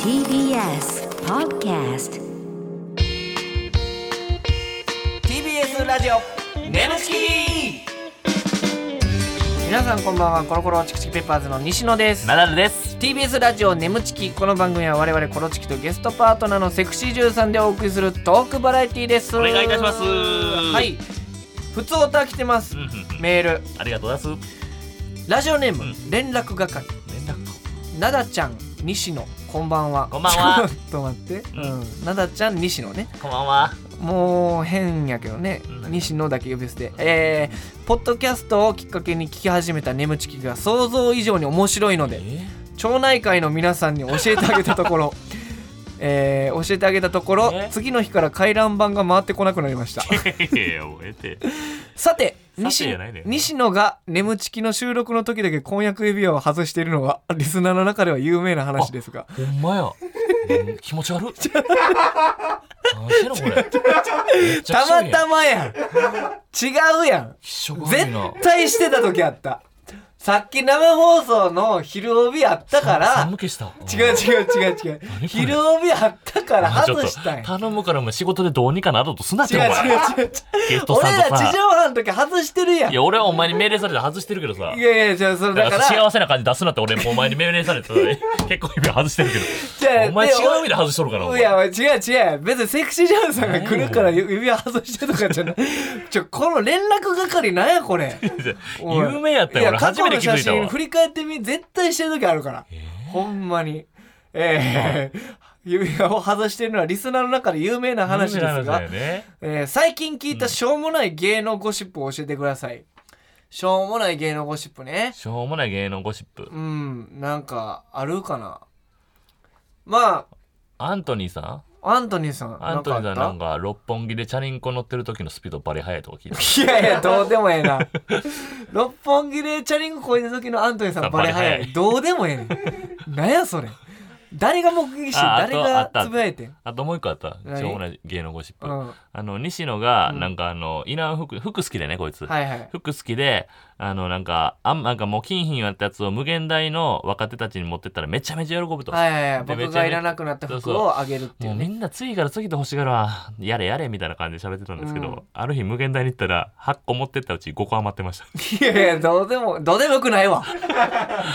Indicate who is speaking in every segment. Speaker 1: TBS Podcast
Speaker 2: TBS ラジオ
Speaker 3: ネムチキ
Speaker 2: 皆さんこんばんはコロコロチキチキペッパーズの西野です
Speaker 3: ナダルです。
Speaker 2: TBS ラジオネムチキこの番組は我々コロチキとゲストパートナーのセクシージュさんでお送りするトークバラエティです
Speaker 3: お願いいたします
Speaker 2: はい普通オタ来てます
Speaker 3: うんうんうん
Speaker 2: メール
Speaker 3: ありがとうございます。
Speaker 2: ラジオネー
Speaker 3: う
Speaker 2: ム連絡係
Speaker 3: 連絡
Speaker 2: なだちゃん西野こんばんは
Speaker 3: こんばん は
Speaker 2: ちょっと待って
Speaker 3: う
Speaker 2: うんなだちゃん西野ね
Speaker 3: こんばんは。
Speaker 2: もう変やけどね
Speaker 3: うん
Speaker 2: 西野だけ呼び捨てえー、ポッドキャストをきっかけに聞き始めた眠ちきが想像以上に面白いので町内会の皆さんに教えてあげたとこ ろえー、教えてあげたところ
Speaker 3: え
Speaker 2: 次の日から回覧板が回ってこなくなりました
Speaker 3: いやいやもうええて。
Speaker 2: さて
Speaker 3: さて
Speaker 2: 西
Speaker 3: じゃないのよ
Speaker 2: 西野が眠ちきの収録の時だけ婚約指輪を外しているのはリスナーの中では有名な話ですが
Speaker 3: ほんまや。うん気持ち悪っ。何してんのこれ。
Speaker 2: たまた
Speaker 3: ま。
Speaker 2: まやん違うや ん
Speaker 3: 気色悪いな
Speaker 2: 絶。対してた時あったさっき生放送の昼帯あったか
Speaker 3: さ
Speaker 2: ら
Speaker 3: 寒気した。
Speaker 2: 違う違う違う違う
Speaker 3: れ
Speaker 2: 昼帯あったから
Speaker 3: あちょっ
Speaker 2: 外
Speaker 3: と
Speaker 2: したんや
Speaker 3: 頼むからもう仕事でどうにかなろうとすなっ
Speaker 2: 違
Speaker 3: て
Speaker 2: う
Speaker 3: お
Speaker 2: 違
Speaker 3: 前。
Speaker 2: う違う違う
Speaker 3: ゲストさ
Speaker 2: 俺
Speaker 3: ん
Speaker 2: ら
Speaker 3: と
Speaker 2: 地
Speaker 3: さ。
Speaker 2: 上波の時外してるやん
Speaker 3: い
Speaker 2: いや
Speaker 3: や俺はお前に命令されて外してるけどさ。
Speaker 2: いやじゃあそれだ
Speaker 3: だ
Speaker 2: か
Speaker 3: からら幸せな感じ出すなって俺もお前に命令されてた結構今外してる
Speaker 2: じゃ
Speaker 3: け
Speaker 2: あ
Speaker 3: ど。お前違
Speaker 2: で
Speaker 3: う意味で外しとるからお
Speaker 2: い
Speaker 3: 前。
Speaker 2: や違う違う別にセクシージャンさんが来るから指輪外してとかじゃ ないちょこの連絡係なんやこれおい
Speaker 3: 有名やった
Speaker 2: い
Speaker 3: よ俺
Speaker 2: 過
Speaker 3: 初
Speaker 2: 去
Speaker 3: め
Speaker 2: の
Speaker 3: て気づ
Speaker 2: 写
Speaker 3: いた
Speaker 2: 真
Speaker 3: わ
Speaker 2: 振。り返ってみ絶対してる時あるから、ほんまにえー指輪を外してるのはリスナーの中で有名な話です
Speaker 3: 有名な話
Speaker 2: が
Speaker 3: だよ、ね。
Speaker 2: えー最近聞いたしょうもない芸能ゴシップを教えてください、しょうもない芸能ゴシップね
Speaker 3: しょうもない芸能ゴシップ
Speaker 2: う。んなんかあるかなま
Speaker 3: アントニーさ
Speaker 2: あアントニーさん
Speaker 3: んアントニーさん
Speaker 2: な
Speaker 3: なんん
Speaker 2: か
Speaker 3: か六本木でチャリンコ乗ってる時のスピードバリ速いとか聞いた
Speaker 2: あっ。たいやいやどうでもええな六本木でチャリンコ越えた時のアントニーさんバレ早
Speaker 3: バレ
Speaker 2: い
Speaker 3: 早い
Speaker 2: どうでもええねんなんやそれ誰が目撃して
Speaker 3: ああ
Speaker 2: 誰
Speaker 3: とあ
Speaker 2: が
Speaker 3: った
Speaker 2: つぶやいてん
Speaker 3: あともう一個あった
Speaker 2: 何。
Speaker 3: しょうもない芸能ゴシップ。
Speaker 2: うん
Speaker 3: あの、西野が、
Speaker 2: うん
Speaker 3: なんかあの、イナウ服、服好きでね、こいつ。
Speaker 2: はいはい
Speaker 3: 服好きで、あの、なんか、あん、なんかもう金品やったやつを無限大の若手たちに持ってったらめちゃめちゃ喜ぶと。
Speaker 2: はいはいはい
Speaker 3: で
Speaker 2: 僕がいらなくなった服をあげるってい
Speaker 3: も
Speaker 2: う
Speaker 3: うみ
Speaker 2: ね
Speaker 3: んな次から次と欲しがるわやれやれみたいな感じで喋ってたんですけど、
Speaker 2: うん
Speaker 3: ある日無限大に行ったら8個持ってったうち5個余ってました
Speaker 2: いやいやどうでもどうでもよくないわ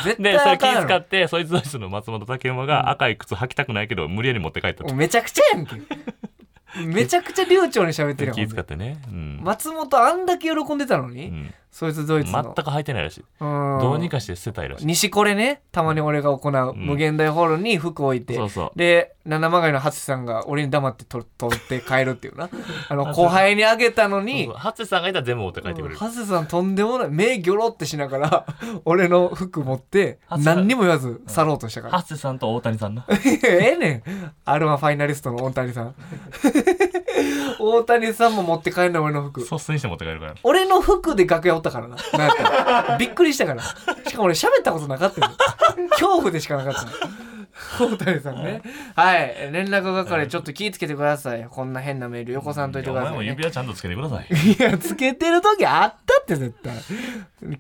Speaker 2: 絶対
Speaker 3: でそれ
Speaker 2: あ
Speaker 3: 気
Speaker 2: かん
Speaker 3: 遣
Speaker 2: やろ
Speaker 3: ってそいつどいつの松本武馬が赤い靴履きたくないけど無理やり持って帰ったって、
Speaker 2: めちゃくちゃやんけめちゃくちゃ流暢に喋ってるやん
Speaker 3: 気遣っ
Speaker 2: ほんで
Speaker 3: てね、うん
Speaker 2: 松本あんだけ喜んでたのに、
Speaker 3: うん
Speaker 2: そいつドイツ
Speaker 3: 全く
Speaker 2: の
Speaker 3: 履いてないらしい、
Speaker 2: うん
Speaker 3: どうにかして捨てたいらしい、
Speaker 2: 西これねたまに俺が行う、
Speaker 3: ん
Speaker 2: 無限大ホールに服を置いて
Speaker 3: そうそう
Speaker 2: で七曲りの初さんが俺に黙って取取って帰るっていう なあの後輩にあげたの
Speaker 3: そう
Speaker 2: に
Speaker 3: そうハッセさんがいたら全部持って帰ってくれる、
Speaker 2: ハセさんとんでもない目ギョロってしながら 俺の服持って
Speaker 3: 初さん
Speaker 2: 何にも言わず去ろうとしたから
Speaker 3: ハッセさんと大谷さんな
Speaker 2: ええねん R−1 ファイナリストの大谷さん 大谷さんも持って帰るの俺の服
Speaker 3: 率先して持って帰るから
Speaker 2: 俺の服で楽屋おったからななんかびっくりしたからしかも俺喋ったことなかったよ恐怖でしかなかったの大谷さんねはい連絡係ちょっと気ぃつけてくださいこんな変なメールよこさんといて
Speaker 3: お
Speaker 2: くださ
Speaker 3: 前
Speaker 2: い、ね、
Speaker 3: も指輪ちゃんとつけてください
Speaker 2: いや、つけてる時あったって絶対。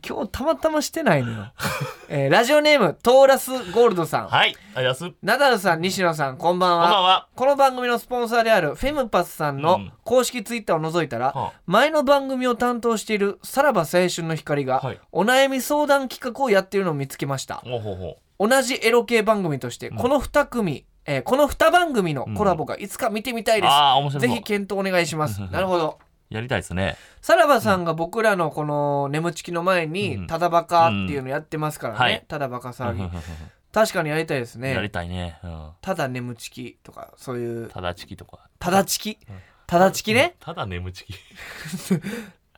Speaker 2: 今日たまたましてないのよ。えーラジオネーム、トーラスゴールドさん。
Speaker 3: はいありがとうございます
Speaker 2: ナダルさん、西野さん、こんばん
Speaker 3: こんばん
Speaker 2: は。
Speaker 3: は
Speaker 2: この番組のスポンサーであるフェムパスさん
Speaker 3: う
Speaker 2: の
Speaker 3: ん
Speaker 2: 公式ツイッターを覗いたら、
Speaker 3: はあ
Speaker 2: 前の番組を担当しているさらば青春の光が、
Speaker 3: はい
Speaker 2: お悩み相談企画をやっているのを見つけました。
Speaker 3: おほほ
Speaker 2: 同じエロ系番組として、この2組、えーこの2番組のコラボがいつか見てみたいです。
Speaker 3: ああ面白
Speaker 2: ぜ
Speaker 3: い
Speaker 2: ひ検討お願いします。なるほど。
Speaker 3: やりたいですね
Speaker 2: さらばさんが僕らのこの眠ちきの前
Speaker 3: う
Speaker 2: に
Speaker 3: ん
Speaker 2: ただバカっていうのやってますから
Speaker 3: うんは
Speaker 2: ね
Speaker 3: い。
Speaker 2: ただバカ騒ぎ。
Speaker 3: や
Speaker 2: 確かにやりたいですね
Speaker 3: り。たいね、うん、
Speaker 2: ただ眠ちきとか、そういう、
Speaker 3: ただチキとか
Speaker 2: ただちき。ただちきね。
Speaker 3: ただ眠チキ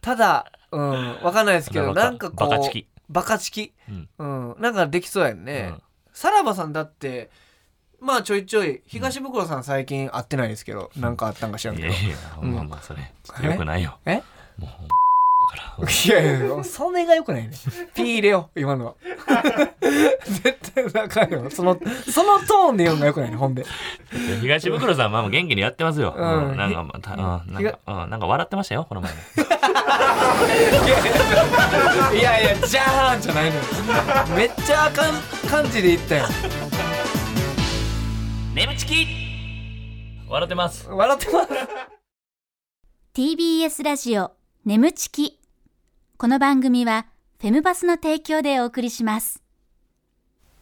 Speaker 2: ただ、うん、わかんないですけど、な
Speaker 3: ただバカ
Speaker 2: んかこう、
Speaker 3: バカチキ。
Speaker 2: バカチキ。
Speaker 3: うん
Speaker 2: うん、なんかできそうやんね
Speaker 3: うん。
Speaker 2: さらばさんだって、まあちょいちょい、東袋さん最近会ってないですけど、なんかあったんか知らん
Speaker 3: い
Speaker 2: け
Speaker 3: や
Speaker 2: ど。
Speaker 3: いやまあまあそれちょっとよくないよ
Speaker 2: え
Speaker 3: もうから
Speaker 2: いやいや、それが良くないね。ピー入れよう、今のは。絶対仲よ。その、そのトーンで読むのが良くないね、ほんで。
Speaker 3: 東袋さんまあ元気にやってますよ、
Speaker 2: うん
Speaker 3: うんなんかまた、うん、なん
Speaker 2: 東
Speaker 3: か、うん、なんか笑ってましたよこ の前も
Speaker 2: いやいや、じゃーんじゃないのよ。めっちゃあかん感じで言ったよ。
Speaker 3: ネムチキ笑ってます
Speaker 2: 笑ってます
Speaker 4: TBS ラジオ眠ちきこの番組はフェムバスの提供でお送りします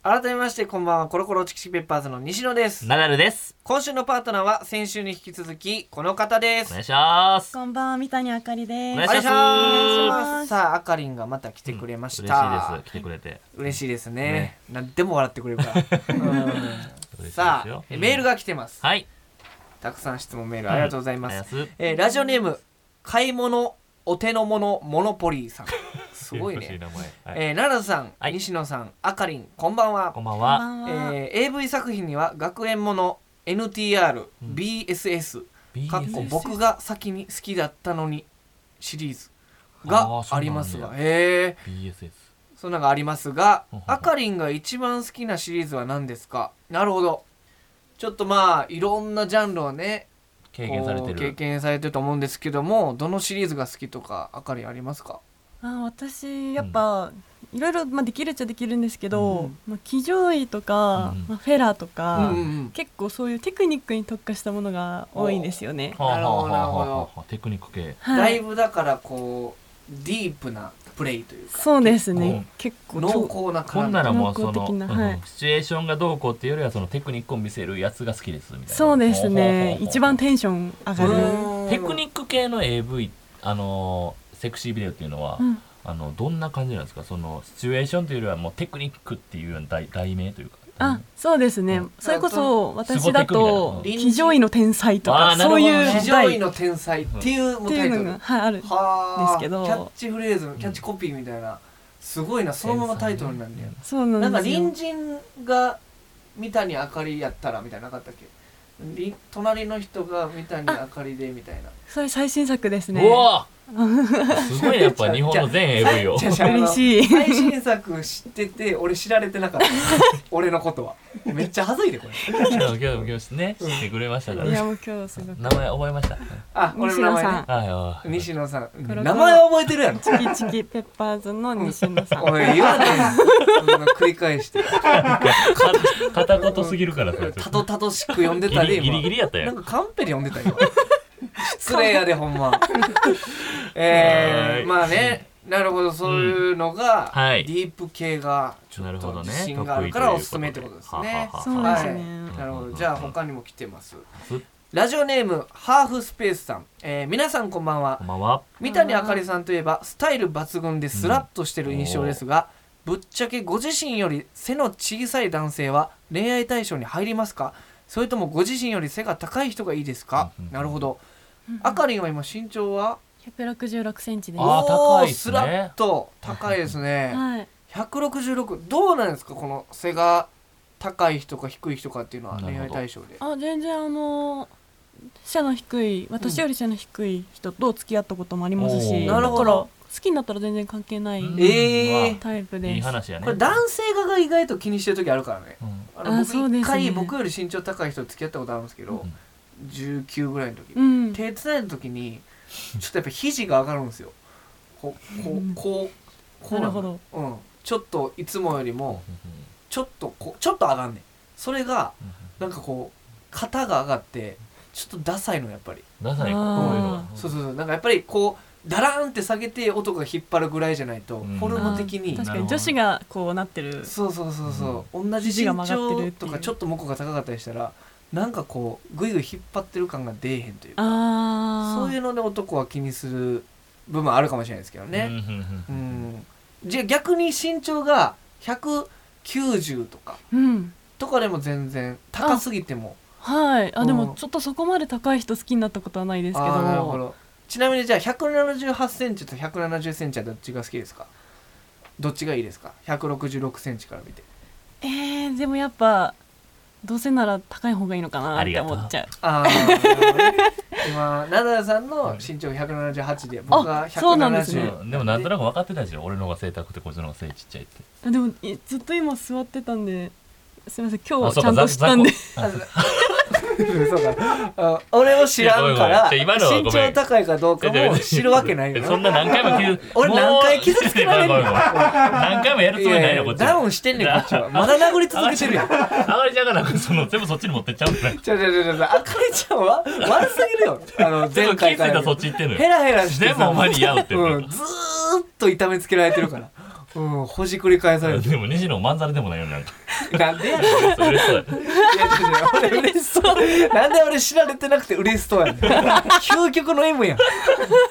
Speaker 2: 改めましてこんばんはコロコロチキチキペッパーズの西野です
Speaker 3: ナダルです
Speaker 2: 今週のパートナーは先週に引き続きこの方で
Speaker 3: お
Speaker 2: す
Speaker 3: 願いします
Speaker 5: こんばんは、三谷あかりです。
Speaker 3: お願い
Speaker 2: お願い
Speaker 3: し
Speaker 2: し
Speaker 3: ま
Speaker 2: ますさああかりんがまた来てくれました、
Speaker 3: 嬉しいです来てくれて
Speaker 2: 嬉しいですね何でも笑ってくれるから、うん
Speaker 3: 嬉しい
Speaker 2: さ
Speaker 3: です
Speaker 2: あ
Speaker 3: よ
Speaker 2: えメールが来てます、
Speaker 3: はい
Speaker 2: たくさん質問メールありがとうございます、
Speaker 3: ありがとうござい
Speaker 2: えーラジオネーム買い物お手の物モノポリーさんすごい
Speaker 3: やや
Speaker 2: ね
Speaker 3: こし名前はい
Speaker 2: えー奈良さん、
Speaker 3: はい
Speaker 2: 西野さんあかりんこんばんは
Speaker 3: こんばん
Speaker 5: こん
Speaker 3: は
Speaker 5: ばんは。
Speaker 2: えー AV 作品には学園もの NTR、BSS かっこ
Speaker 3: BSS
Speaker 2: 僕が先に好きだったのにシリーズが
Speaker 3: あーそうなんや
Speaker 2: ありますがへえ
Speaker 3: BSS
Speaker 2: そんなのがありますが
Speaker 3: ほほほ
Speaker 2: あかりんが一番好きなシリーズは何ですかなるほどちょっとまあいろんなジャンルをね
Speaker 3: 経験されて
Speaker 2: こう経
Speaker 3: る
Speaker 2: 験されてると思うんですけどもどのシリーズが好きとかあかりんありますか
Speaker 5: あ、私、やっぱ、いろいろ、まあ、できるっちゃできるんですけど。
Speaker 2: うん
Speaker 5: まあ、騎乗位とか、
Speaker 3: うん
Speaker 5: まあ、フェラーと
Speaker 2: うん
Speaker 5: か、
Speaker 2: うんうん
Speaker 5: 結構そういうテクニックに特化したものが多いんですよね。
Speaker 3: はあはあはあはあ
Speaker 2: なるほどなる
Speaker 3: テクニック系
Speaker 2: だ
Speaker 5: はいい。
Speaker 2: ぶだからこうディープなプレイというか
Speaker 5: そうです
Speaker 3: うん
Speaker 5: ね。結構。
Speaker 2: 濃厚な
Speaker 3: こん
Speaker 2: 感
Speaker 3: な
Speaker 2: じ
Speaker 3: らもうそ
Speaker 5: 能動
Speaker 3: の、
Speaker 5: 的なはい
Speaker 3: うんシチュエーションがどうこうっていうよりはそのテクニックを見せるやつが好きですみたいな
Speaker 5: そうですね。
Speaker 3: ほうほうほうほう
Speaker 5: 一番テンション上がる。
Speaker 3: テクニック系の AV あのセクシービデオっていうのは、
Speaker 5: うん
Speaker 3: あのどんな感じなんですかそのシチュエーションというよりはもうテクニックっていうような題題名というか
Speaker 5: あ、そうですね。
Speaker 3: うん
Speaker 5: それこそ、私だ
Speaker 3: スゴ
Speaker 5: と、
Speaker 2: テクみたいな
Speaker 5: 騎乗位の天才と
Speaker 3: あー
Speaker 5: か、
Speaker 3: なるほど
Speaker 5: そう
Speaker 3: ね
Speaker 5: いう
Speaker 2: 非常に
Speaker 5: 題。っ
Speaker 2: の天才っていうもう
Speaker 5: て
Speaker 2: タイ
Speaker 5: い
Speaker 2: ト
Speaker 5: う
Speaker 2: ル
Speaker 5: のが、はい、ある。
Speaker 2: はあ
Speaker 5: ですけど
Speaker 2: キャッチフレーズのキャッチコピーみたいな、すごいなそのままタイトルになるんだよ
Speaker 5: そうな
Speaker 2: なん
Speaker 5: ん
Speaker 2: か
Speaker 5: ですよ。
Speaker 2: 隣人が三谷あかりやったらみたいななかったっけ隣隣の人が三谷あかりでみたいな
Speaker 5: それ最新作ですね。
Speaker 3: うわすごいやっぱ日本の全 AV を
Speaker 2: じゃあじゃああの
Speaker 5: 嬉しい
Speaker 2: 最新作知ってて俺知られてなか った俺のことはめっちゃ恥ずいでこれ
Speaker 3: 今日今日ね知ってくれましたから
Speaker 5: いやもう今日すごく
Speaker 3: 名前覚えました
Speaker 2: あ俺の名前、ね、
Speaker 3: はいはい
Speaker 2: 西野さん
Speaker 5: 黒子
Speaker 2: 名前覚えてるやろ
Speaker 5: チキチキペッパーズの西野さん。
Speaker 2: おい言わないそんな繰り返して
Speaker 3: か 片言すぎるからそれちょ
Speaker 2: た
Speaker 3: っと
Speaker 2: とたとしく呼んで
Speaker 3: ギ
Speaker 2: たで今
Speaker 3: リギリギリやった
Speaker 2: な
Speaker 3: よ
Speaker 2: んかカンペで読んでたよ 失礼やでほん まえ
Speaker 3: はーい
Speaker 2: ー、まあねなるほどそういうのが、
Speaker 3: うんはい
Speaker 2: ディープ系がちょ
Speaker 3: なる
Speaker 2: っ
Speaker 3: ほ
Speaker 2: と
Speaker 3: どね
Speaker 2: 自信があるからおすすめってことですね
Speaker 3: 得意ということで
Speaker 5: そう
Speaker 3: はははは
Speaker 5: ですね
Speaker 2: はい、なるほど
Speaker 3: うん
Speaker 2: じゃあ他にも来てます
Speaker 3: うん
Speaker 2: ラジオネームハーフスペースさん、えー、皆さんこんばんは
Speaker 3: こんばんは
Speaker 2: 三谷あかりさんといえばスタイル抜群でスラッとしてる印象ですが、ぶっちゃけご自身より背の小さい男性は恋愛対象に入りますかそれともご自身より背が高い人がいいですか、
Speaker 3: うんうん
Speaker 2: なるほど、あかりんは今身長は
Speaker 5: 百六十六センチです。
Speaker 3: あー
Speaker 2: おー
Speaker 3: 高いっす
Speaker 2: ス
Speaker 3: ね
Speaker 2: ラッと高いですね
Speaker 5: はい。
Speaker 2: 166どうなんですかこの背が高い人か低い人かっていうのは恋愛対象で
Speaker 5: あ全然あのー背の低い私より背の低い人と付き合ったこともあります
Speaker 3: お
Speaker 5: し、
Speaker 3: ー
Speaker 5: だ
Speaker 2: な
Speaker 5: か
Speaker 2: る
Speaker 5: ら
Speaker 2: ほ
Speaker 5: 好
Speaker 2: ど
Speaker 5: きになったら全然関係ない
Speaker 3: うん
Speaker 2: えー
Speaker 5: タイプです。
Speaker 3: いい話やね
Speaker 2: これ男性側が意外と気にしてる時あるからね
Speaker 3: うん
Speaker 2: あ
Speaker 5: あ
Speaker 2: の
Speaker 5: そう
Speaker 2: 僕
Speaker 5: で
Speaker 2: 一
Speaker 5: すね
Speaker 2: 回僕より身長高い人と付き合ったことあるんですけど、19ぐらいの時、
Speaker 5: うん。
Speaker 2: 手つないだ時にちょっとやっぱ肘が上がるんですよこうこうこうこう
Speaker 5: なる
Speaker 2: の
Speaker 5: ほど。
Speaker 2: うんちょっといつもよりも
Speaker 3: う
Speaker 2: ちょっとこうちょっと上がんねんそれが
Speaker 3: ん
Speaker 2: な
Speaker 3: うん
Speaker 2: んかこう肩が上がってちょっとダサいのやっぱり、
Speaker 3: ダサいか
Speaker 5: あ
Speaker 3: こ
Speaker 5: ー
Speaker 3: ういうの
Speaker 2: そうそうそうなんかやっぱりこうダラーンって下げて男が引っ張るぐらいじゃないと
Speaker 3: うん
Speaker 2: フォルム的
Speaker 5: あ
Speaker 2: に
Speaker 5: ー
Speaker 3: な
Speaker 5: 確か
Speaker 3: るほ
Speaker 5: に
Speaker 3: ど
Speaker 5: 女子がこうなってる。
Speaker 2: そうそうそうそう、同じ
Speaker 5: 肘
Speaker 2: 身
Speaker 5: が曲がって
Speaker 2: 長
Speaker 5: るって
Speaker 2: と
Speaker 5: いう
Speaker 2: かちょっと向こうが高かったりしたらなんかこうグイグイ引っ張ってる感が出えへんというか
Speaker 5: ああ。
Speaker 2: そういうので男は気にする部分はあるかもしれないですけどね。
Speaker 3: うん
Speaker 2: う
Speaker 3: うんんうん
Speaker 2: じゃあ逆に身長が190とか
Speaker 5: うん。
Speaker 2: とかでも全然高すぎても
Speaker 5: はい。あで
Speaker 2: うん
Speaker 5: もちょっとそこまで高い人好きになったことはないですけど。
Speaker 2: あーなるほどちなみにじゃあ178センチと170センチはどっちが好きですかどっちがいいですか166センチから見て
Speaker 5: えー、でもやっぱどうせなら高い方がいいのかなって思っちゃう
Speaker 2: ああ今ナダルさんの身長が178で僕が
Speaker 5: あそうなんですね
Speaker 2: 170
Speaker 3: うんでもなんとなく分かってたでしょ俺の方が背高くてこっちの方が背ちっちゃいって
Speaker 5: あでもいずっと今座ってたんですみませ
Speaker 3: あ
Speaker 5: ん
Speaker 3: そ
Speaker 5: 今日
Speaker 3: う
Speaker 5: ち
Speaker 3: か
Speaker 5: ゃんとしたんで
Speaker 3: 雑雑魚
Speaker 2: そうかあ俺を知らんか
Speaker 3: いや
Speaker 2: ら
Speaker 3: ごめんごめんじゃあ今
Speaker 2: 身
Speaker 3: のはごめん
Speaker 2: 長高いかどうかも 知るわけないよ
Speaker 3: そんな何回も傷
Speaker 2: 俺何回傷つけられんの
Speaker 3: もう何回もやるつもりないのこっち
Speaker 2: ダウンしてんねんこっちはまだ殴り続けてるやん
Speaker 3: あがりちゃんがなんかその全部そっちに持ってっちゃうんだよ
Speaker 2: ちょちょちょちょあかりちゃんは悪すぎるよあの
Speaker 3: 全
Speaker 2: 前
Speaker 3: 部気づ
Speaker 2: 回
Speaker 3: い
Speaker 2: か
Speaker 3: た
Speaker 2: ら
Speaker 3: らそっ ち行ってんの
Speaker 2: ヘ
Speaker 3: よ
Speaker 2: ラヘラして
Speaker 3: で
Speaker 2: さ
Speaker 3: もお前に合うってる
Speaker 2: うん、ずーっと痛めつけられてるからうんほじくり返さ れて
Speaker 3: でも西野まんざらでもないよねなんか
Speaker 2: るなんでやねん
Speaker 3: 嬉しそうだ
Speaker 2: いやちょっと 俺嬉しそうなんで俺知られてなくて嬉しそうやねん究極の M やん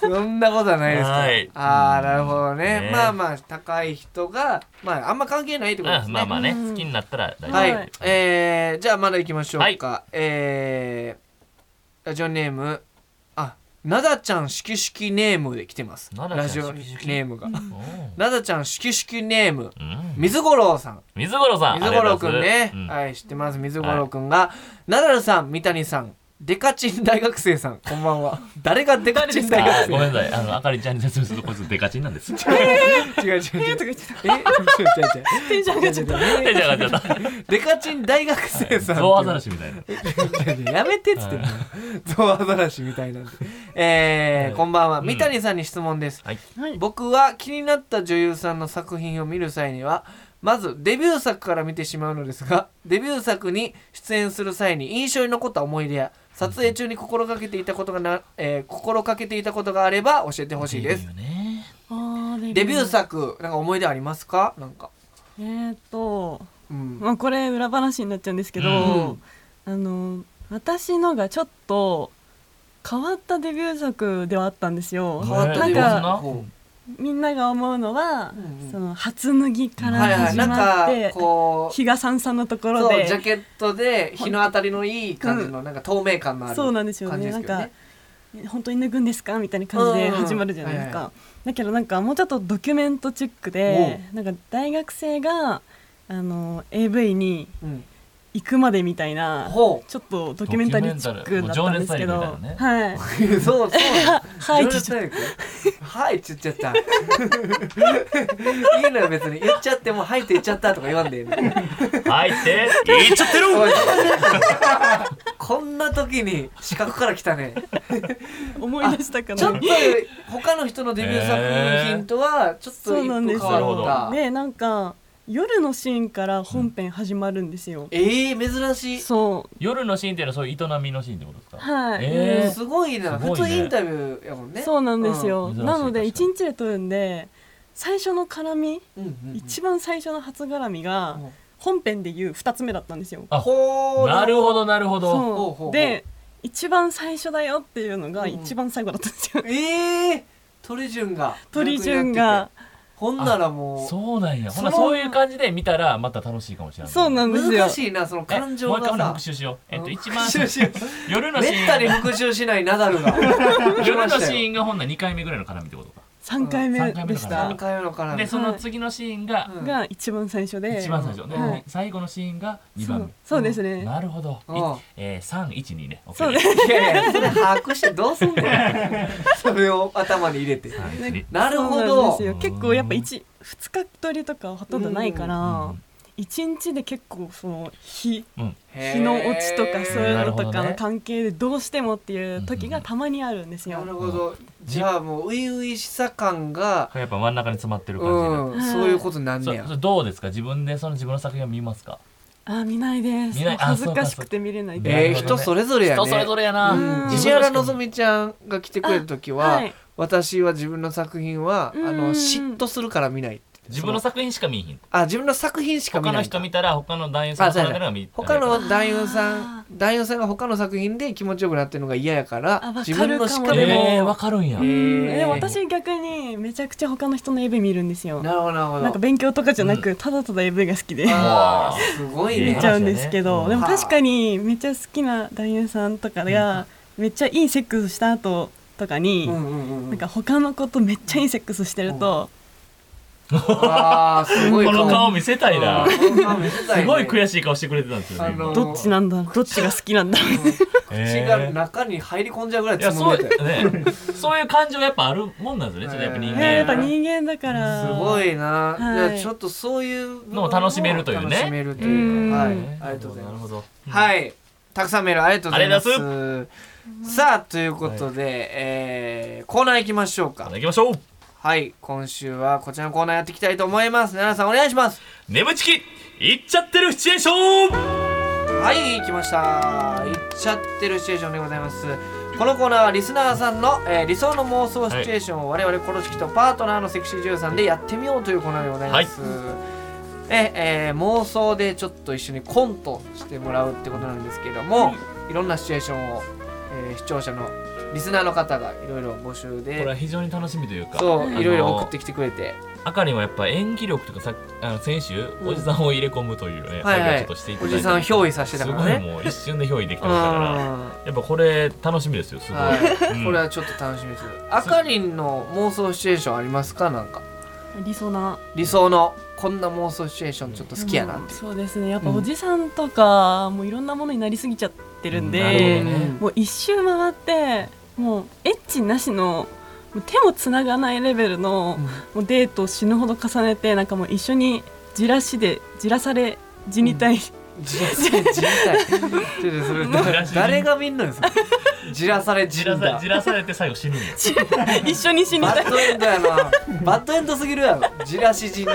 Speaker 2: そんなことはないですから、
Speaker 3: はい
Speaker 2: ああなるほどね
Speaker 3: ね
Speaker 2: まあまあ高い人がまああんま関係ないってことで
Speaker 3: あ
Speaker 2: すね
Speaker 3: まあまあね
Speaker 5: うん
Speaker 3: 好きになったら大丈夫
Speaker 2: はい、
Speaker 5: はい
Speaker 2: えー、じゃあまだ行きましょうか、
Speaker 3: は
Speaker 2: えー、ラジオネームあなだちゃんしきしきネームで来てます
Speaker 3: なだ
Speaker 2: ラ
Speaker 3: ち
Speaker 2: ジ
Speaker 3: ゃ
Speaker 2: オ
Speaker 3: ん
Speaker 2: ネ
Speaker 3: しきしき
Speaker 2: ームが
Speaker 3: おう
Speaker 2: なだちゃんしきしきネーム
Speaker 3: うん
Speaker 2: 水五郎さん
Speaker 3: 水五郎さん
Speaker 2: 水五郎くん
Speaker 3: あ
Speaker 2: ね
Speaker 3: りがとうございますうん
Speaker 2: はい知ってます水五郎くんが、ナダルさん三谷さんデカチン大学生さんこんばんは誰がデカチン大
Speaker 3: あ
Speaker 2: 学
Speaker 3: ごめん
Speaker 2: 生
Speaker 3: なさいあのあかりちゃんに説明するとこいつデカチンな んです
Speaker 2: 違う違う違う
Speaker 5: とか言ってた
Speaker 2: え違う
Speaker 5: テンション上がっちゃった
Speaker 2: 違う違う
Speaker 3: 手じゃ上がっちゃった
Speaker 2: デカチン大学生さんっていう
Speaker 3: ゾウアザラシみたいな
Speaker 2: 違う違うやめてっつってんのよゾウアザラシみたいなんでえ
Speaker 3: は
Speaker 2: ー
Speaker 3: い
Speaker 2: こんばんは
Speaker 3: うん
Speaker 2: 三谷さんに質問です
Speaker 3: はい
Speaker 5: はい
Speaker 2: 僕は気になった女優さんの作品を見る際にはまずデビュー作から見てしまうのですがデビュー作に出演する際に印象に残った思い出や撮影中に心がけていたことがな、えー心がけていたことがあれば教えてほしいです
Speaker 3: よね
Speaker 5: あー
Speaker 2: デビュー作なんか思い出ありますかなんか
Speaker 5: えーっと
Speaker 2: うん
Speaker 5: まあこれ裏話になっちゃうんですけど、
Speaker 2: うん
Speaker 5: あの私のがちょっと変わったデビュー作ではあったんですよ
Speaker 2: 変わったデビュ
Speaker 5: な
Speaker 2: ー
Speaker 5: ん
Speaker 2: 作
Speaker 5: か
Speaker 2: ほう
Speaker 5: みんなが思うのは、
Speaker 2: うんうん
Speaker 5: その初脱ぎから
Speaker 2: はいはい
Speaker 5: 始
Speaker 2: なん
Speaker 5: まって、
Speaker 2: かこう
Speaker 5: 日がさんさんのところ
Speaker 2: そう
Speaker 5: で
Speaker 2: ジャケットで日の当たりのいい感じのなんか透明感のある
Speaker 5: そうな
Speaker 2: 感
Speaker 5: ん
Speaker 2: じですす
Speaker 5: でよ
Speaker 2: よ
Speaker 5: ね
Speaker 2: ね。
Speaker 5: なんか本当に脱ぐんですかみたいな感じで始まるじゃないです
Speaker 2: うん
Speaker 5: か、だけどなんかもうちょっとドキュメントチックでなんか大学生があの AV に
Speaker 2: うん
Speaker 5: 行くまでみたいな
Speaker 2: ほ
Speaker 5: ちょっとドキュメンタリーチックだったんですけど、
Speaker 3: ドキュメンタ
Speaker 5: はい う
Speaker 2: そうそう
Speaker 5: はい
Speaker 2: 情熱大陸はいって言っちゃった。 いいのよ別に言っちゃってもうはいって言っちゃったとか言わんでいいの。
Speaker 3: 入って言っちゃってる
Speaker 2: おいこんな時に視覚から来たね。
Speaker 5: 思い出したか
Speaker 2: ちょっ
Speaker 5: な
Speaker 2: と他の人のデビュー作品とはちょっと
Speaker 5: そう
Speaker 2: 一
Speaker 5: な
Speaker 2: 歩
Speaker 5: んで
Speaker 2: 変
Speaker 5: す
Speaker 2: わ
Speaker 3: るほ
Speaker 2: った
Speaker 5: よ。でなんか夜のシーンから本編始まるんですよ、
Speaker 2: ええ珍しい。
Speaker 5: そう
Speaker 3: 夜のシーンっていうのはそういう営みのシーンってことですか
Speaker 5: はい
Speaker 3: えー
Speaker 2: すごいな
Speaker 3: すごいね
Speaker 2: 普通インタビューやもんね。
Speaker 5: そうなんですよ、
Speaker 3: うん珍しい
Speaker 5: なので
Speaker 3: 確
Speaker 5: 一
Speaker 3: かに
Speaker 5: 日で撮るんで最初の絡み、
Speaker 2: うん。うんうんうん
Speaker 5: 一番最初の初絡みが
Speaker 2: うん
Speaker 5: 本編でいう2つ目だったんですよ。
Speaker 3: あ
Speaker 2: ほー
Speaker 3: なるほどなるほど
Speaker 2: ほうほうほ
Speaker 5: そううで一番最初だよっていうのが
Speaker 2: うんうん
Speaker 5: 一番最後だったんですよ。
Speaker 2: ええ 鳥潤が
Speaker 5: 鳥順が
Speaker 2: ほんならもう
Speaker 3: そうなんやほな
Speaker 2: その
Speaker 3: そういう感じで見たらまた楽しいかもしれない
Speaker 5: そうなんですよ
Speaker 2: 難。しいなその
Speaker 3: え
Speaker 2: 感情
Speaker 3: もう一回ほな
Speaker 2: が
Speaker 3: 復
Speaker 2: さ
Speaker 3: 習しようえっと
Speaker 2: うん
Speaker 3: 一番
Speaker 2: 復習しよ
Speaker 3: 夜
Speaker 2: う
Speaker 3: のシ
Speaker 2: めったに
Speaker 3: ーン
Speaker 2: 復習しないナダ ルが
Speaker 3: 夜のシーンがほんな2回目ぐらいの絡みってことか
Speaker 5: 3回目
Speaker 3: 三回目
Speaker 5: で
Speaker 3: だ
Speaker 5: し
Speaker 3: か
Speaker 5: た
Speaker 3: ら
Speaker 2: 3回目のから
Speaker 3: でその次のシーンが
Speaker 2: うん
Speaker 5: が一番最初で
Speaker 3: 一番最初
Speaker 5: は
Speaker 3: で
Speaker 5: い
Speaker 3: 最後のシーンが2
Speaker 5: そ
Speaker 3: 番
Speaker 5: うそうです
Speaker 3: 目
Speaker 5: ね。
Speaker 3: なるほどい
Speaker 2: うん
Speaker 3: えー312ね OK
Speaker 5: そうです
Speaker 2: いやいやそれ把握してどうすんのそれを頭に入れて
Speaker 3: 312
Speaker 2: なるほ
Speaker 5: そうなん
Speaker 2: ど
Speaker 5: ですよ結構やっぱ1 2日撮りとかはほとんどないか
Speaker 3: うんう
Speaker 5: ら
Speaker 3: ん
Speaker 5: 1日で結構その日
Speaker 2: へー
Speaker 5: 日の落ちとかそういう
Speaker 3: な
Speaker 5: のと
Speaker 3: るほど
Speaker 5: か
Speaker 3: ね
Speaker 5: の関係でどうしてもっていう時がたまにあるんですよ。
Speaker 2: なるほどじゃあもう初々しさ感が
Speaker 3: やっぱ真ん中に詰まってる感じで
Speaker 2: うんそういうことなんね
Speaker 3: そ
Speaker 2: や
Speaker 3: そどうですか自分でその自分の作品を見ますか
Speaker 5: あ見ないです
Speaker 3: 見ないあ
Speaker 5: 恥ずかしくて見れない
Speaker 3: そうかそうか
Speaker 2: えー
Speaker 3: なるほど
Speaker 2: 人
Speaker 3: ね
Speaker 2: それぞれやね
Speaker 3: 人それぞれやな、
Speaker 5: うん
Speaker 2: 石原のぞみちゃんが来てくれた時は、
Speaker 5: はい
Speaker 2: 私は自分の作品はあ
Speaker 5: うん
Speaker 2: の嫉妬するから見ないって
Speaker 3: 自分の作品しか見えへん
Speaker 2: あ自分の作品しか見な
Speaker 3: 他
Speaker 2: い
Speaker 3: の人見たら他の男優さ
Speaker 2: あ
Speaker 3: ん
Speaker 2: そう
Speaker 3: の
Speaker 2: や
Speaker 3: が
Speaker 2: な
Speaker 3: 見た
Speaker 2: 他
Speaker 3: ら
Speaker 2: の男優さん
Speaker 5: あ
Speaker 2: 男優さんが他の作品で気持ちよくなってるのが嫌やから
Speaker 5: あわかる
Speaker 2: 自分のしか
Speaker 5: かも
Speaker 2: でも、
Speaker 3: えー、わかるんや、
Speaker 2: へー
Speaker 5: うんでも私逆にめちゃくちゃ他の人の AV 見るんですよ
Speaker 2: なるほどなるほど
Speaker 5: なんか勉強とかじゃなく、ただただ AV が好きで 見
Speaker 2: あーすごい
Speaker 3: 見
Speaker 2: ね
Speaker 5: ちゃうんですけど、
Speaker 3: うん
Speaker 5: でも確かにめっちゃ好きな男優さんとかが、めっちゃいいセックスした後とかに、
Speaker 2: うんうんうんうん
Speaker 5: なんか他の子とめっちゃいいセックスしてると、
Speaker 2: あーすごい
Speaker 3: この顔見せたいな、
Speaker 2: あーこの顔見せた
Speaker 3: すごい
Speaker 2: しい
Speaker 3: 悔しい顔してくれてたんですよね、
Speaker 2: あの
Speaker 5: どっちなんだどっちが好きなんだ
Speaker 2: 口が中に入り込んじゃうぐらい
Speaker 3: いや
Speaker 2: つ
Speaker 3: そ
Speaker 2: も
Speaker 3: う
Speaker 2: りだよ
Speaker 3: ね、そういう感情やっぱあるもんなんですね、ちょっとやっぱ人間
Speaker 5: ねやっぱ
Speaker 3: 間
Speaker 5: 人間だから
Speaker 2: すごいな、
Speaker 5: はい
Speaker 2: じゃあちょっとそういう部分
Speaker 3: のを楽しめるというね
Speaker 2: 楽しめるという
Speaker 5: うん
Speaker 2: はいあ
Speaker 3: ね
Speaker 2: りがとうござい
Speaker 3: なる
Speaker 2: ま
Speaker 3: ほ
Speaker 2: す
Speaker 3: ど
Speaker 2: はいたくさんメールありがとうございますさあということで、えーコーナー行きましょうか
Speaker 3: 行きましょう
Speaker 2: はい今週はこちらのコーナーやっていきたいと思います奈良さんお願いします
Speaker 3: 眠ちき行っちゃってるシチュエーション
Speaker 2: はい来ました行っちゃってるシチュエーションでございますこのコーナーはリスナーさんの、えー理想の妄想シチュエーションを我々コロチキとパートナーのセクシー女優さんでやってみようというコーナーでございます、ええー妄想でちょっと一緒にコントしてもらうってことなんですけども、いろんなシチュエーションを、えー視聴者のリスナーの方がいろいろ募集
Speaker 3: これは
Speaker 2: で
Speaker 3: 非常に楽しみというか
Speaker 2: そういろいろ送っててきてくれて
Speaker 3: あかりはやっぱ演技力とかさあの先週
Speaker 2: ん
Speaker 3: おじさんを入れ込むというね、
Speaker 2: はいはい
Speaker 3: 作業をちょっとしてい
Speaker 2: お
Speaker 3: ただいて
Speaker 2: じさん憑依させてた
Speaker 3: す
Speaker 2: から
Speaker 3: ごい
Speaker 2: ね
Speaker 3: もう一瞬で憑依でき
Speaker 2: う
Speaker 3: て
Speaker 2: ん
Speaker 3: ましたからやっぱこれ楽しみですよすごい、
Speaker 2: はい、
Speaker 3: うん
Speaker 2: これはちょっと楽しみです。あかりんの妄想シチュエーションありますかなんか
Speaker 5: 理想な
Speaker 2: 理想のこんな妄想シチュエーションちょっと好きやなって。
Speaker 5: そうですねやっぱ
Speaker 2: うん
Speaker 5: おじさんとか、もういろんなものになりすぎちゃってるん
Speaker 3: なるほど
Speaker 5: で、
Speaker 3: ね
Speaker 2: うん
Speaker 5: もう一周回ってもうエッチなしのもう手もつながないレベルの、もうデートを死ぬほど重ねてなんかもう一緒にじらしでじらされ死 にたい、
Speaker 2: じらされじりたい。ちょっとそれ
Speaker 3: じらし
Speaker 2: 誰が見んのよ。それじらされじ
Speaker 3: じ
Speaker 2: ら
Speaker 3: ら
Speaker 2: ん
Speaker 3: さ
Speaker 2: だ
Speaker 3: じ。らされて最後死ぬんよ
Speaker 5: 一緒に死に
Speaker 2: バ
Speaker 5: たい
Speaker 2: ッドエンドやな。バッドエンドすぎるやろ。じらしじに。ま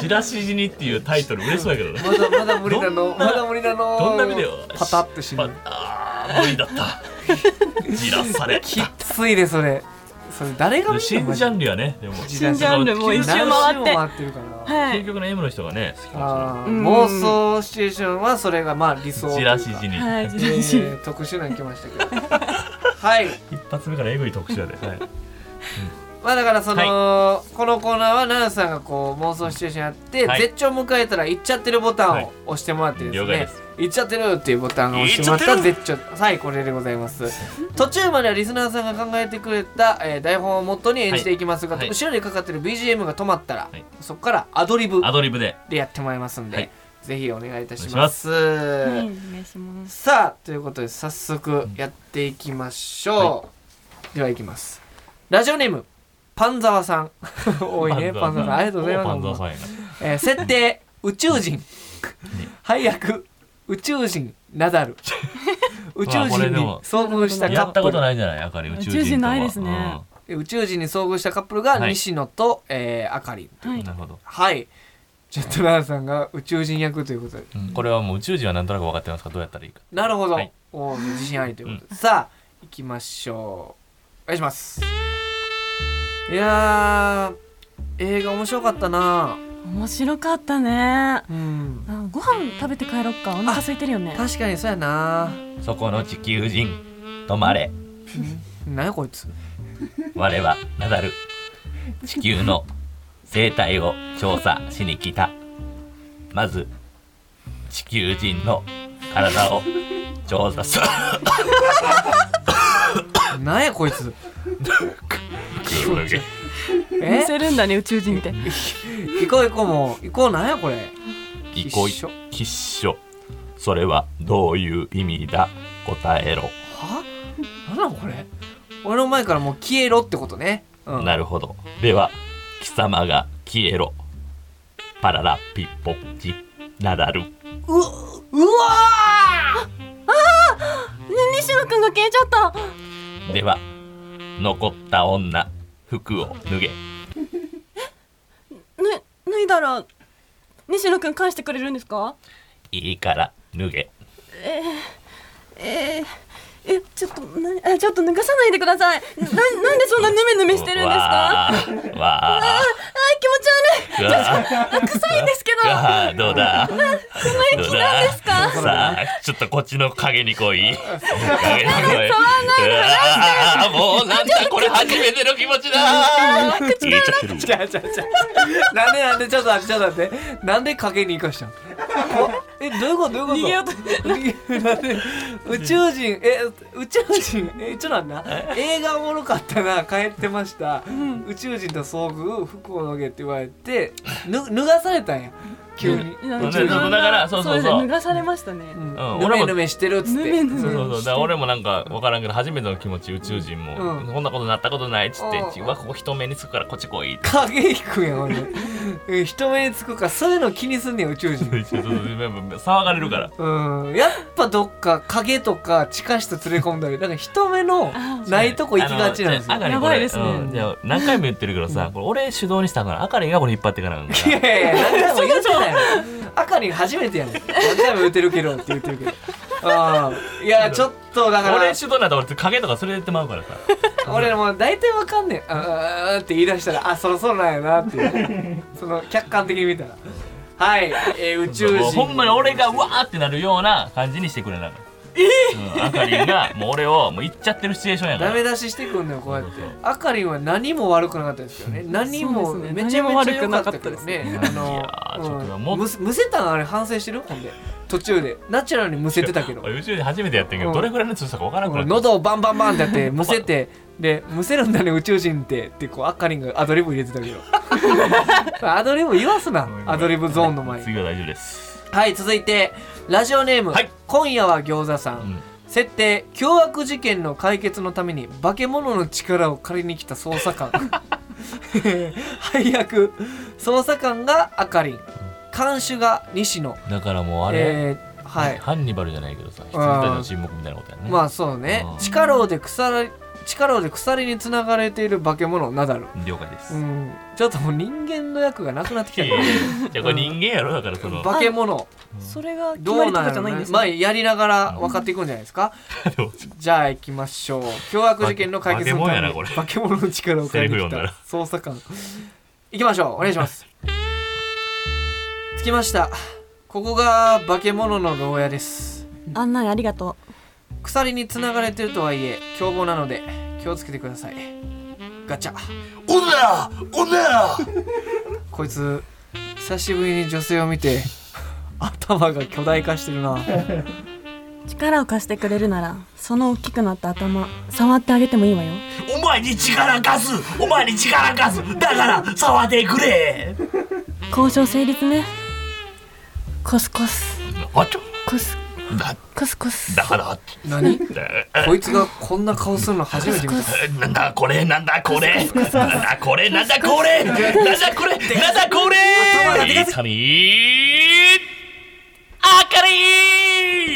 Speaker 3: じらし死にっていうタイトル嬉しそうやけどね
Speaker 2: だまだ無理なの。まだ無理なの。
Speaker 3: どんなビデオ
Speaker 2: パタって死ぬ。
Speaker 3: あー無理だった じらされ
Speaker 2: きっついでそれ。それ誰が見んの。
Speaker 3: 新ジャンルやねでも
Speaker 2: じらし
Speaker 5: 新ジャンルもう一周
Speaker 2: 何周
Speaker 5: 回っ
Speaker 2: も
Speaker 5: て
Speaker 2: 回ってるから。
Speaker 5: は
Speaker 3: 究
Speaker 5: い、
Speaker 3: 極の M の人がね好きかもしれない
Speaker 2: あー
Speaker 5: うん
Speaker 2: 妄想シチュエーションはそれがまあ理想という
Speaker 3: じ
Speaker 2: から
Speaker 3: しじに、
Speaker 5: はい、じ
Speaker 2: え
Speaker 5: らし
Speaker 2: ー特殊なん来ましたけど はい
Speaker 3: 一発目からえぐい特集やで、はい、
Speaker 2: まあだからその、このコーナーは奈々さんがこう妄想シチュエーションやって、
Speaker 3: はい
Speaker 2: 絶頂を迎えたら行っちゃってるボタン
Speaker 3: はい
Speaker 2: を押してもらってです
Speaker 3: 了
Speaker 2: ね、
Speaker 3: 解です
Speaker 2: 行っちゃってるっていうボタンを押してもらったら絶頂はいこれでございます途中まではリスナーさんが考えてくれた、えー台本をもとに演じていきますが、
Speaker 3: はい
Speaker 2: 後ろにかかってる BGM が止まったら、
Speaker 3: はい
Speaker 2: そこからアドリブ
Speaker 3: アドリブで
Speaker 2: でやってもらいますんで、
Speaker 3: はい
Speaker 2: ぜひお願いいたし
Speaker 3: お願
Speaker 2: ま
Speaker 3: いします
Speaker 5: はい、お願いします
Speaker 2: さあということで早速やっていきましょう、ではいきますラジオネームパンザワ さん多いねパンザワさんありがとうござい
Speaker 3: パンザ
Speaker 2: ま
Speaker 3: ー
Speaker 2: す
Speaker 3: さんやな
Speaker 2: えー設定宇宙人配役宇宙人ナ ダル宇宙
Speaker 3: まあこれ
Speaker 2: 人
Speaker 3: で
Speaker 2: に
Speaker 3: も
Speaker 2: 遭遇した
Speaker 3: や
Speaker 2: カ
Speaker 3: った
Speaker 2: ップ
Speaker 3: こと
Speaker 2: ル
Speaker 3: ないじゃないあかり宇宙人とは
Speaker 5: 宇宙人ないですね
Speaker 2: え宇宙人に遭遇したカップルが
Speaker 3: はい
Speaker 2: 西野と、えーあかり
Speaker 5: は
Speaker 3: うん
Speaker 5: い
Speaker 3: なるほど、
Speaker 2: はいジェットナダルさんが宇宙人役ということで
Speaker 3: うんこれはもう宇宙人はなんとなく分かってますからどうやったらいいか
Speaker 2: なるほど、
Speaker 3: はい
Speaker 2: おー自信ありということで、さあ行きましょうお願いしますいやー映画面白かったな
Speaker 5: 面白かったね
Speaker 2: うん
Speaker 5: あご飯食べて帰ろっかお腹空いてるよね
Speaker 2: 確かにそうやな
Speaker 3: そこの地球人止まれ
Speaker 2: なんやこいつ
Speaker 3: 我はナダル地球の生態を調査しに来たまず地球人の体を調査する
Speaker 2: なんやこいつえ
Speaker 5: 見せるんだね宇宙人って
Speaker 2: 行こう行こうもう行こうなんやこれ
Speaker 3: 行こい
Speaker 2: 一緒
Speaker 3: きっしょそれはどういう意味だ答えろ、
Speaker 2: はなんなんこれ俺の前からもう消えろってことねうん
Speaker 3: なるほどでは貴様が消えろパララピッポチナダル
Speaker 2: ううわ
Speaker 5: ね西野くんが消えちゃった
Speaker 3: では残った女服を脱げ
Speaker 5: ぬ脱いだら西野くん返してくれるんですか
Speaker 3: いいから脱げ
Speaker 5: えー、えちょっとなあちょっと脱がさないでくださいななんでそんなヌメヌメしてるんですかあ
Speaker 3: わあわあ
Speaker 5: ー気
Speaker 3: う
Speaker 5: 持ち
Speaker 3: わあ
Speaker 5: 悪いんですけど
Speaker 3: ああどうだどうだ
Speaker 5: ですか
Speaker 3: さあちょっとこっちの影に来い影に来いああもうなんだこれ初めての気持ちだ言えちゃってる
Speaker 2: ちゃちゃちゃ。なんでなんでちょっと待ってちょっと待って。なんで賭けに生かしたん。こえどういうことどう
Speaker 5: 逃げ
Speaker 2: い
Speaker 5: よ
Speaker 2: う
Speaker 5: う
Speaker 2: ことと。なんで宇宙人え宇宙人えちょっと待ってな。映画おもろかったな帰ってました。宇宙人と遭遇服を脱げって言われてぬ脱がされたんや。急に。
Speaker 5: なん
Speaker 3: そう
Speaker 5: 自分
Speaker 3: そうだからそうそうそう
Speaker 5: ですね脱がされましたね、
Speaker 2: うん
Speaker 3: う
Speaker 2: ぬ
Speaker 3: ん
Speaker 2: めぬめしてるっつって。
Speaker 5: ぬめぬめ
Speaker 3: そうそううそうだから俺もなんか分からんけど初めての気持ち宇宙人も、
Speaker 2: うん
Speaker 3: こんなことなったことないっつって
Speaker 2: うん
Speaker 3: 「うわここ人目につくからこっち来い」って
Speaker 2: 影引くやん、俺。え人目につくから、そういうの気にすんねん、宇宙人。
Speaker 3: そうそうそうやっぱ騒がれるから
Speaker 2: うん、やっぱどっか影とか地下室連れ込んだりなんか人目の ないとこ行きがちなんですよ
Speaker 3: あのじゃああかり
Speaker 5: やばいですね
Speaker 3: これうんじゃあ何回も言ってるけどさ、これ俺主導にしたからあかりがこれ引っ張っていかなあかんか
Speaker 2: い
Speaker 3: ら
Speaker 2: やいやいや何回も言うてないの赤に初めてやねん何回も言うてるけどって言ってるけどうんいやちょっとだから
Speaker 3: 俺主導になったら俺影とか連れてってまうからさ
Speaker 2: 俺もう大体わかんねん「あーあー」って言い出したらあそろそろなんやなっていうその客観的に見たらはい、えー宇宙人
Speaker 3: もうほんまに俺がうわーってなるような感じにしてくれなあかんうんあかりんがもう俺をもう行っちゃってるシチュエーションやか
Speaker 2: ダ
Speaker 3: ら
Speaker 2: メ出ししてくんのよこうやって
Speaker 3: そうそう
Speaker 2: あかりんは何も悪くなかったですよね何も
Speaker 5: そうですね
Speaker 2: めちゃめちゃ良かったけど
Speaker 3: 何
Speaker 2: ねあ
Speaker 3: も悪くなかったですねいやーちょっと
Speaker 2: の、
Speaker 3: も
Speaker 2: う、
Speaker 3: うん
Speaker 2: むせむせたんあれ反省してるほんで途中でナチュラルにむせてた けど
Speaker 3: 俺宇宙人初めてやってんけど、
Speaker 2: うん
Speaker 3: どれぐらいの強さか分からんくなって
Speaker 2: 喉をバンバンバンってやってむせてでむせるんだね宇宙人ってってこうあかりんがアドリブ入れてたけどアドリブ言わすなアドリブゾーンの前に
Speaker 3: 次は大丈夫です、
Speaker 2: はい続いてラジオネーム、
Speaker 3: はい
Speaker 2: 今夜は餃子さん、
Speaker 3: うん
Speaker 2: 設定凶悪事件の解決のために化け物の力を借りに来た捜査官 配役捜査官があかりん看守が西野
Speaker 3: だからもうあれ、
Speaker 2: えーはい
Speaker 3: ハンニバルじゃないけどさ羊たちの沈黙みたいなことやね、
Speaker 2: まあそうね
Speaker 3: うん
Speaker 2: 力で鎖力で鎖につながれている化け物ナダル
Speaker 3: 了解です、
Speaker 2: う
Speaker 3: い
Speaker 2: んちょっともう人間の役がなくなってきた
Speaker 3: やいやいやじゃあこれ人間やろだからその
Speaker 2: 化け物
Speaker 5: それが決
Speaker 2: ど
Speaker 5: まり
Speaker 2: う
Speaker 5: と
Speaker 2: なん
Speaker 5: かじ
Speaker 2: や
Speaker 5: ゃないん
Speaker 2: ろ
Speaker 5: で
Speaker 2: ね
Speaker 5: す
Speaker 2: まあ
Speaker 5: ね
Speaker 2: やりながら分かっていくんじゃないですかじゃあ行きましょう凶悪事件の解決のために
Speaker 3: 化け物やなこ
Speaker 2: 化け物の力を借りに来た
Speaker 3: セリフ読んだら
Speaker 2: 捜査官行きましょうお願いします着きましたここが化け物の牢屋です
Speaker 5: 案内ありがと
Speaker 2: 鎖につながれてるとはいえ凶暴なので気をつけてくださいガチャ
Speaker 3: 女や女や
Speaker 2: こいつ久しぶりに女性を見て頭が巨大化してるな
Speaker 5: う力を貸してくれるならその大きくなった頭触ってあげてもいいわよ
Speaker 3: お前に力貸すお前に力貸すだから触ってくれ
Speaker 5: 交渉成立ねコスコス
Speaker 3: あちょ
Speaker 5: コス
Speaker 3: だ
Speaker 5: コスコス
Speaker 3: だから
Speaker 2: 何
Speaker 3: だ
Speaker 2: こいつがこんな顔するの初めて見た
Speaker 3: なんだこれなんだこれなんだこれなんだこれなんだこれなんだこ
Speaker 2: 頭がで
Speaker 3: れ
Speaker 2: か
Speaker 3: 痛みあか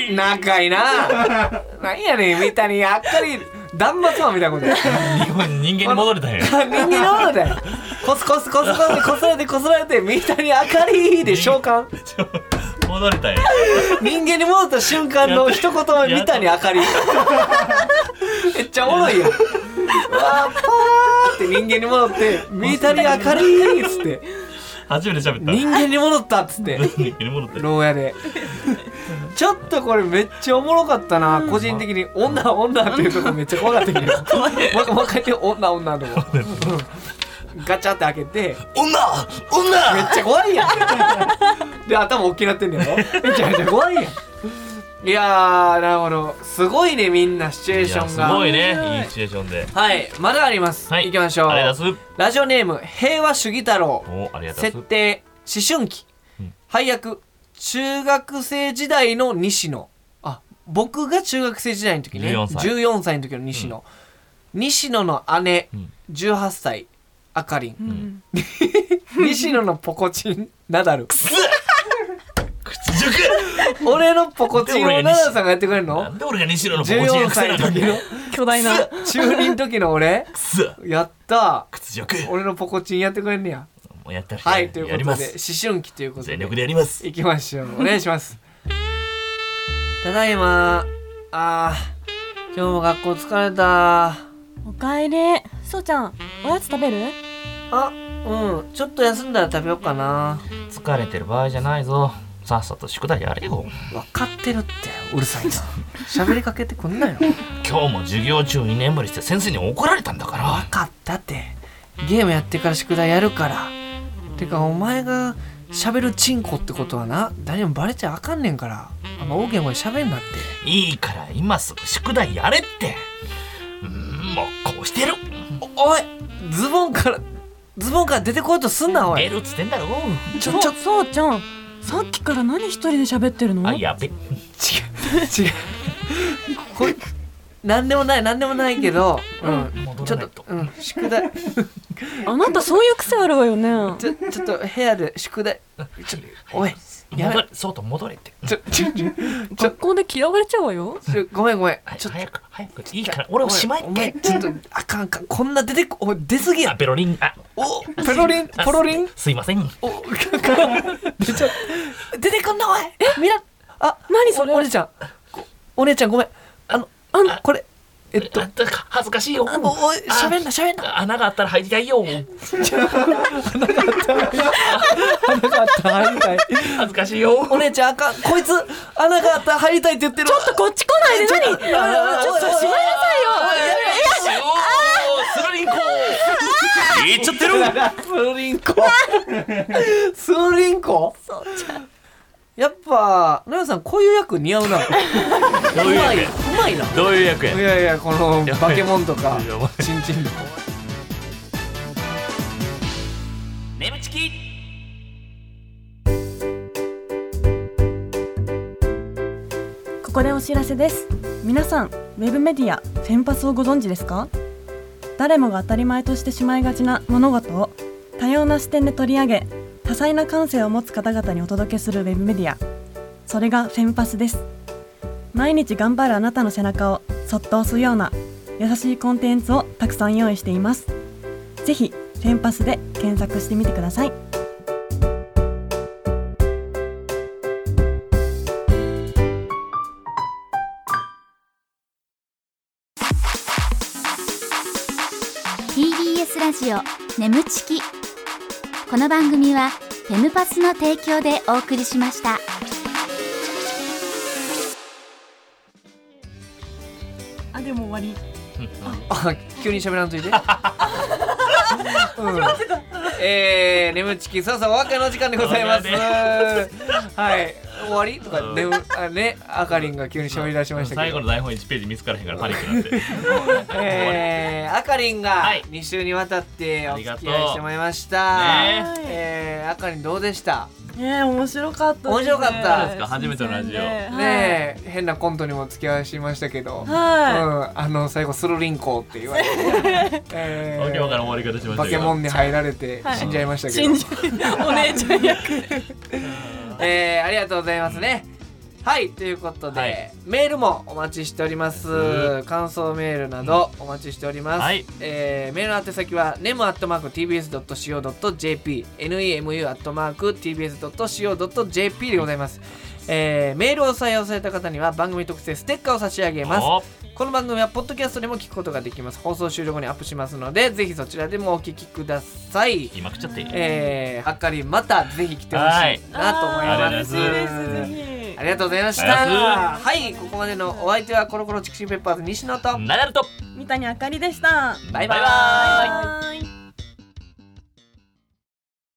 Speaker 3: り
Speaker 2: 仲いいな 何やねん三谷あっかり断末魔みたいなことや
Speaker 3: 日本人間に戻れたんや
Speaker 2: 人間のものだよコスコスコスコスこすられてこすられて三谷あかりで召喚
Speaker 3: 戻れたんや
Speaker 2: 人間に戻った瞬間の一言目三谷あかりめっちゃおもろいよわあパーって人間に戻って三谷あかりっつって
Speaker 3: 初めて喋った
Speaker 2: 人間に戻ったっつって
Speaker 3: 人間に戻ったよ
Speaker 2: 牢屋でちょっとこれめっちゃおもろかったな、個人的に「女女」っていうとこめっちゃ怖かったけどもう一回もう一回言って「女女」のとこうんガチャって開けて
Speaker 3: 女
Speaker 2: めっ
Speaker 3: 女
Speaker 2: ちゃ怖いやんで頭大きくなってんねやろめちゃめちゃ怖いやんいやーなるほどすごいねみんなシチュエー
Speaker 3: い
Speaker 2: ション
Speaker 3: や
Speaker 2: が
Speaker 3: すごいねいいシチュエーションで
Speaker 2: はいまだあります、
Speaker 3: はい
Speaker 2: 行きましょう
Speaker 3: ありがとうござい
Speaker 2: ラジオネーム平和主義太郎
Speaker 3: おありがとう
Speaker 2: 設定思春期、
Speaker 3: うん
Speaker 2: 配役中学生時代の西野あ僕が中学生時代の時ね
Speaker 3: 14歳
Speaker 2: 14歳の時の西野、西野の姉、
Speaker 3: うん
Speaker 2: 18歳あかりん、
Speaker 5: ん
Speaker 2: 西野のポコチンナ ダル
Speaker 3: 屈辱
Speaker 2: 俺のポコチンをナダルさんがやってくれる
Speaker 3: な
Speaker 2: の
Speaker 3: んで俺が西野のポコチンや
Speaker 2: 14
Speaker 3: くせ
Speaker 2: 歳の
Speaker 3: なあかん
Speaker 2: 時
Speaker 3: ねん
Speaker 2: の
Speaker 5: 巨大な
Speaker 2: 中二の時の俺
Speaker 3: くそ
Speaker 2: やった
Speaker 3: 屈辱
Speaker 2: 俺のポコチンやってくれんねや
Speaker 3: もうやったら
Speaker 2: はいというこ
Speaker 3: や
Speaker 2: と
Speaker 3: り
Speaker 2: で
Speaker 3: ま
Speaker 2: 思
Speaker 3: す
Speaker 2: 春期ということで
Speaker 3: 全力でやります
Speaker 2: 行きましょうお願いしますただいまあー今日も学校疲れた
Speaker 5: おかえりそうちゃんおやつ食べる
Speaker 2: あうんちょっと休んだら食べようかな
Speaker 3: 疲れてる場合じゃないぞさっさと宿題やれよ
Speaker 2: 分かってるってうるさいな喋りかけてくんなよ
Speaker 3: 今日も授業中2年ぶりして先生に怒られたんだから
Speaker 2: 分かったってゲームやってから宿題やるからてかお前が喋るチンコってことはな誰にもバレちゃあかんねんからあんま大きな声喋んなって
Speaker 3: いいから今すぐ宿題やれってうーんもうこうしてる
Speaker 2: おおいズボンからズボンから出てこようとすんなお
Speaker 3: 出
Speaker 2: い
Speaker 3: るっつってんだろ
Speaker 2: ちょちょ
Speaker 5: そうちゃんさっきから何一人で喋ってるの
Speaker 3: あやべ
Speaker 2: 違う違うこれ何でもない何でもないけど、うん
Speaker 3: 戻
Speaker 2: ちょ
Speaker 3: ら
Speaker 2: っ
Speaker 3: ない
Speaker 2: と
Speaker 3: と、
Speaker 2: うん、宿題
Speaker 5: あなたそういう癖あるわよね
Speaker 2: ちょちょっと部屋で宿題ちょおいや
Speaker 3: 戻
Speaker 2: め
Speaker 3: れ外戻れって
Speaker 2: ちょちょちょちょ
Speaker 5: 学校で嫌われちゃうわよ
Speaker 2: ちょごめんごめん
Speaker 3: はい
Speaker 2: ちょっと
Speaker 3: 早く早くいいから俺をしまい
Speaker 2: お
Speaker 3: っ
Speaker 2: 前
Speaker 3: て
Speaker 2: お前ちょっとあかんあかんこんな出てこおい出すぎ
Speaker 3: あ
Speaker 2: や
Speaker 3: ペロリンあ
Speaker 2: おペロリン
Speaker 3: あ
Speaker 2: ポロリン
Speaker 3: すいません
Speaker 2: お出ちゃう出てくんなおいえみんなあ
Speaker 5: 何それ
Speaker 2: おお姉ちゃんこお姉ちゃんごめんあのあのこれえっと
Speaker 3: あ恥ずかしいよ
Speaker 2: あおおい喋んな喋んな
Speaker 3: あ穴があったら入りたいよ
Speaker 2: なかった入りたい
Speaker 3: 恥ずかしいよ
Speaker 2: お姉ちゃんあかんこいつ穴があったら入りたいって言ってるちょっとこっち来
Speaker 5: ないで何ちょっとしまいなさいよ
Speaker 3: おースルリンコ言っちゃってる
Speaker 2: スリンコスリンコそうじゃやっぱ奈良さんこういう役似合うなう
Speaker 3: どういう
Speaker 2: まい
Speaker 3: 役や
Speaker 2: うまいな
Speaker 3: どういう役や
Speaker 2: いやいやこの
Speaker 3: やばい
Speaker 2: バケモンとか
Speaker 3: やばい
Speaker 2: チンチンとか
Speaker 3: 眠ちき
Speaker 5: ここでお知らせです皆さんウェブメディアフェンパスをご存知ですか誰もが当たり前としてしまいがちな物事を多様な視点で取り上げ多彩な感性を持つ方々にお届けするウェブメディアそれがフェンパスです毎日頑張るあなたの背中をそっと押すような優しいコンテンツをたくさん用意していますぜひフェンパスで検索してみてください
Speaker 4: TBS ラジオ眠ちきこの番組はフェムパスの提供でお送りしました
Speaker 5: あでも終わり
Speaker 2: あ急に喋らんといてうんえー、眠ちきそうそうお別れの時間でございます。
Speaker 3: そう
Speaker 2: はい、終わりとか、眠、あ、ね、あかりんが急に喋り出しましたけ
Speaker 3: 最後
Speaker 2: ど
Speaker 3: の。台本1ページ見つからへんからパニックになって
Speaker 2: えー、あかりんが
Speaker 3: はい
Speaker 2: 2週にわたってお付き合
Speaker 3: あり
Speaker 2: い
Speaker 3: がとう
Speaker 2: してもらいました、
Speaker 3: ね
Speaker 2: えー、あかりんどうでした
Speaker 5: ねえ面白かったですね
Speaker 2: 面白かった
Speaker 3: そうですか初めてのラジオ
Speaker 5: 新鮮で
Speaker 2: ねえ変なコントにもお付き合いしましたけど、
Speaker 5: はい
Speaker 2: うん、あの最後スルリンコって言われて、え
Speaker 3: わけわからん終わり方しました
Speaker 2: バ
Speaker 3: け
Speaker 2: ケ
Speaker 3: ど
Speaker 2: モンに入られて
Speaker 5: はい
Speaker 2: 死んじゃいましたけど、
Speaker 5: 信じお姉ちゃん役
Speaker 2: えー、ありがとうございますね。はいということで、
Speaker 3: はい
Speaker 2: メールもお待ちしております、
Speaker 3: う
Speaker 2: 感想メールなどお待ちしております、
Speaker 3: はい
Speaker 2: えーメールの宛先は nemu.tbs.co.jp nemu.tbs.co.jp でございます、えーメールを採用された方には番組特製ステッカーを差し上げます
Speaker 3: お
Speaker 2: この番組はポッドキャストでも聞くことができます放送終了後にアップしますのでぜひそちらでもお聞きください
Speaker 3: 今食っちゃっていい
Speaker 2: えー、はっかりまたぜひ来てほしいなと思い
Speaker 3: は
Speaker 2: ま
Speaker 3: い
Speaker 2: す。
Speaker 5: 嬉しいですぜ
Speaker 2: ありがとうございました。
Speaker 3: ありが
Speaker 2: はい、ここまでのお相手はコロコロチキシンペッパーズ西野と。
Speaker 3: ナダルと
Speaker 5: ひ三谷あかりでした
Speaker 2: バイバイ
Speaker 3: バイバ
Speaker 5: バイバイ